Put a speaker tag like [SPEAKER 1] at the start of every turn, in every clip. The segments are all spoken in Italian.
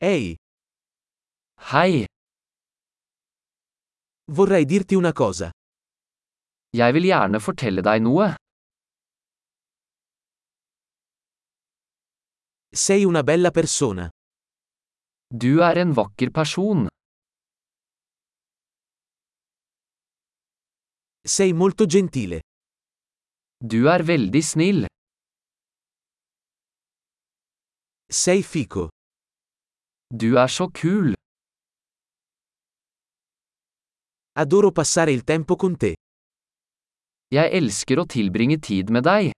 [SPEAKER 1] Ehi,
[SPEAKER 2] Hei,
[SPEAKER 1] vorrei dirti una cosa.
[SPEAKER 2] jeg vil gjerne fortelle deg noe.
[SPEAKER 1] Sei una bella persona.
[SPEAKER 2] Du er en vakker person.
[SPEAKER 1] Sei molto gentile.
[SPEAKER 2] Du er veldig snill.
[SPEAKER 1] Sei fico.
[SPEAKER 2] Du er så kul.
[SPEAKER 1] Adoro passare il tempo con te.
[SPEAKER 2] Jeg elsker å tilbringe tid med deg.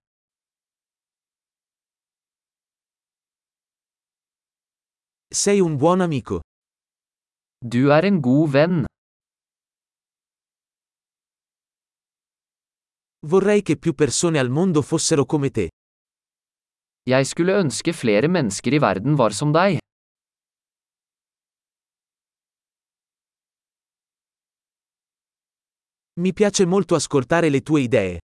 [SPEAKER 1] Sei un buon amico.
[SPEAKER 2] Du er en god venn.
[SPEAKER 1] Vorrei che più persone al mondo fossero come te.
[SPEAKER 2] Jeg skulle ønske flere mennesker i verden var som deg.
[SPEAKER 1] Mi piace molto ascoltare le tue idee.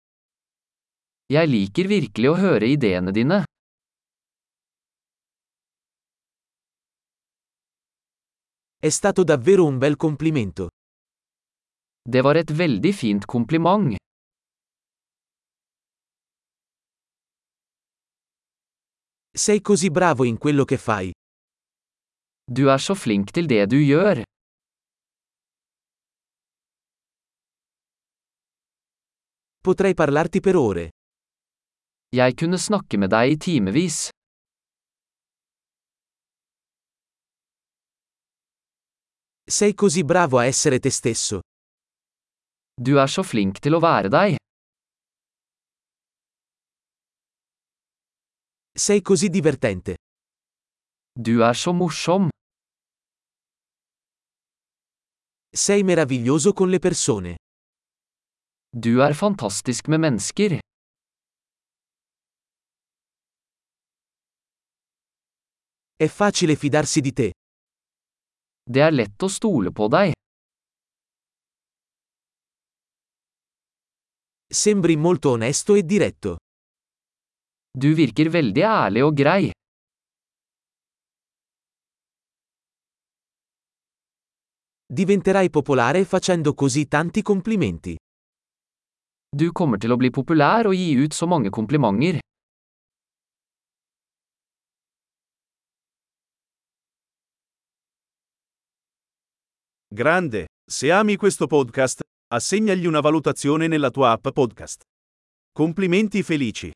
[SPEAKER 2] Jeg liker virkelig å høre ideene dine.
[SPEAKER 1] È stato davvero un bel complimento.
[SPEAKER 2] Det var et veldig fint kompliment.
[SPEAKER 1] Sei così bravo in quello che fai.
[SPEAKER 2] Du er så flink til det du gjør.
[SPEAKER 1] Potrei parlarti per ore.
[SPEAKER 2] Jeg kunne snakke med deg i timevis.
[SPEAKER 1] Sei così bravo a essere te stesso.
[SPEAKER 2] Du er så flink til å være deg.
[SPEAKER 1] Sei così divertente.
[SPEAKER 2] Du er så morsom.
[SPEAKER 1] Sei meraviglioso con le persone.
[SPEAKER 2] Du er fantastisk med mennesker.
[SPEAKER 1] È facile fidarsi di te.
[SPEAKER 2] Det er lett å stole på deg.
[SPEAKER 1] Sembri molto onesto e diretto.
[SPEAKER 2] Du virker veldig ærlig og grei.
[SPEAKER 1] Diventerai popolare facendo così tanti complimenti.
[SPEAKER 2] Du kommer til å bli populær og gi ut så mange komplimenter.
[SPEAKER 3] Grande, se ami questo podcast, assegnagli una valutazione nella tua app podcast. Complimenti felici.